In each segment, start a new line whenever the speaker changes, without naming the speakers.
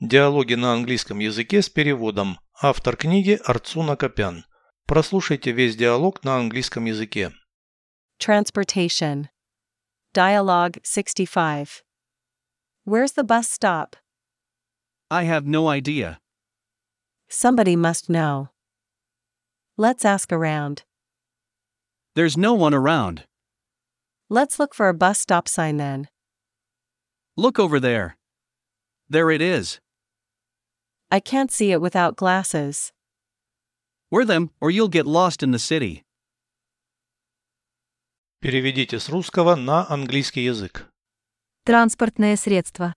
Диалоги на английском языке с переводом. Автор книги Арцуна Копян. Прослушайте весь диалог на английском языке.
Transportation. Dialogue 65. Where's the bus stop?
I have no idea.
Somebody must know. Let's ask around.
There's no one around.
Let's look for a bus stop sign then.
Look over there. There it is.
I can't see it without glasses.
Wear them, or you'll get lost in the city.
Переведите с русского на английский язык.
Транспортное средство.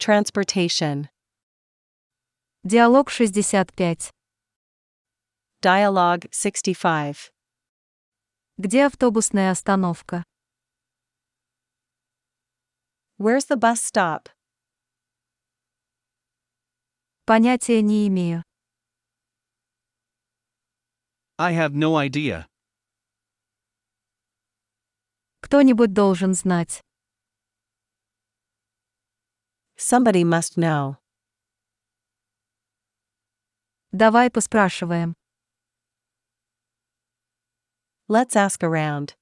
Transportation.
Диалог 65.
Dialogue 65.
Где автобусная остановка?
Where's the bus stop?
Понятия не имею.
I have no idea.
Кто-нибудь должен знать.
Somebody must know.
Давай поспрашиваем.
Let's ask around.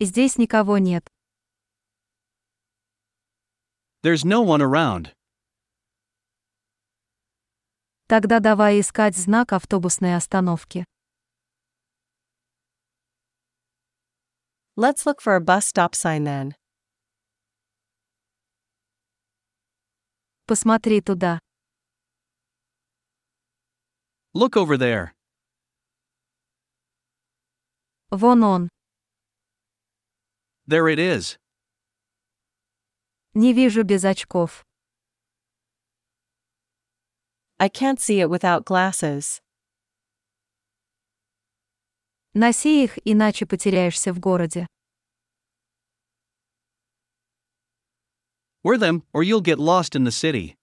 Здесь никого нет.
There's no one around.
Тогда давай искать знак автобусной остановки.
Let's look for a bus stop sign then.
Посмотри туда.
Look over there.
Вон он.
There it is.
Не вижу без очков.
I can't see it without glasses.
Носи их, иначе потеряешься в городе.
Wear them, or you'll get lost in the city.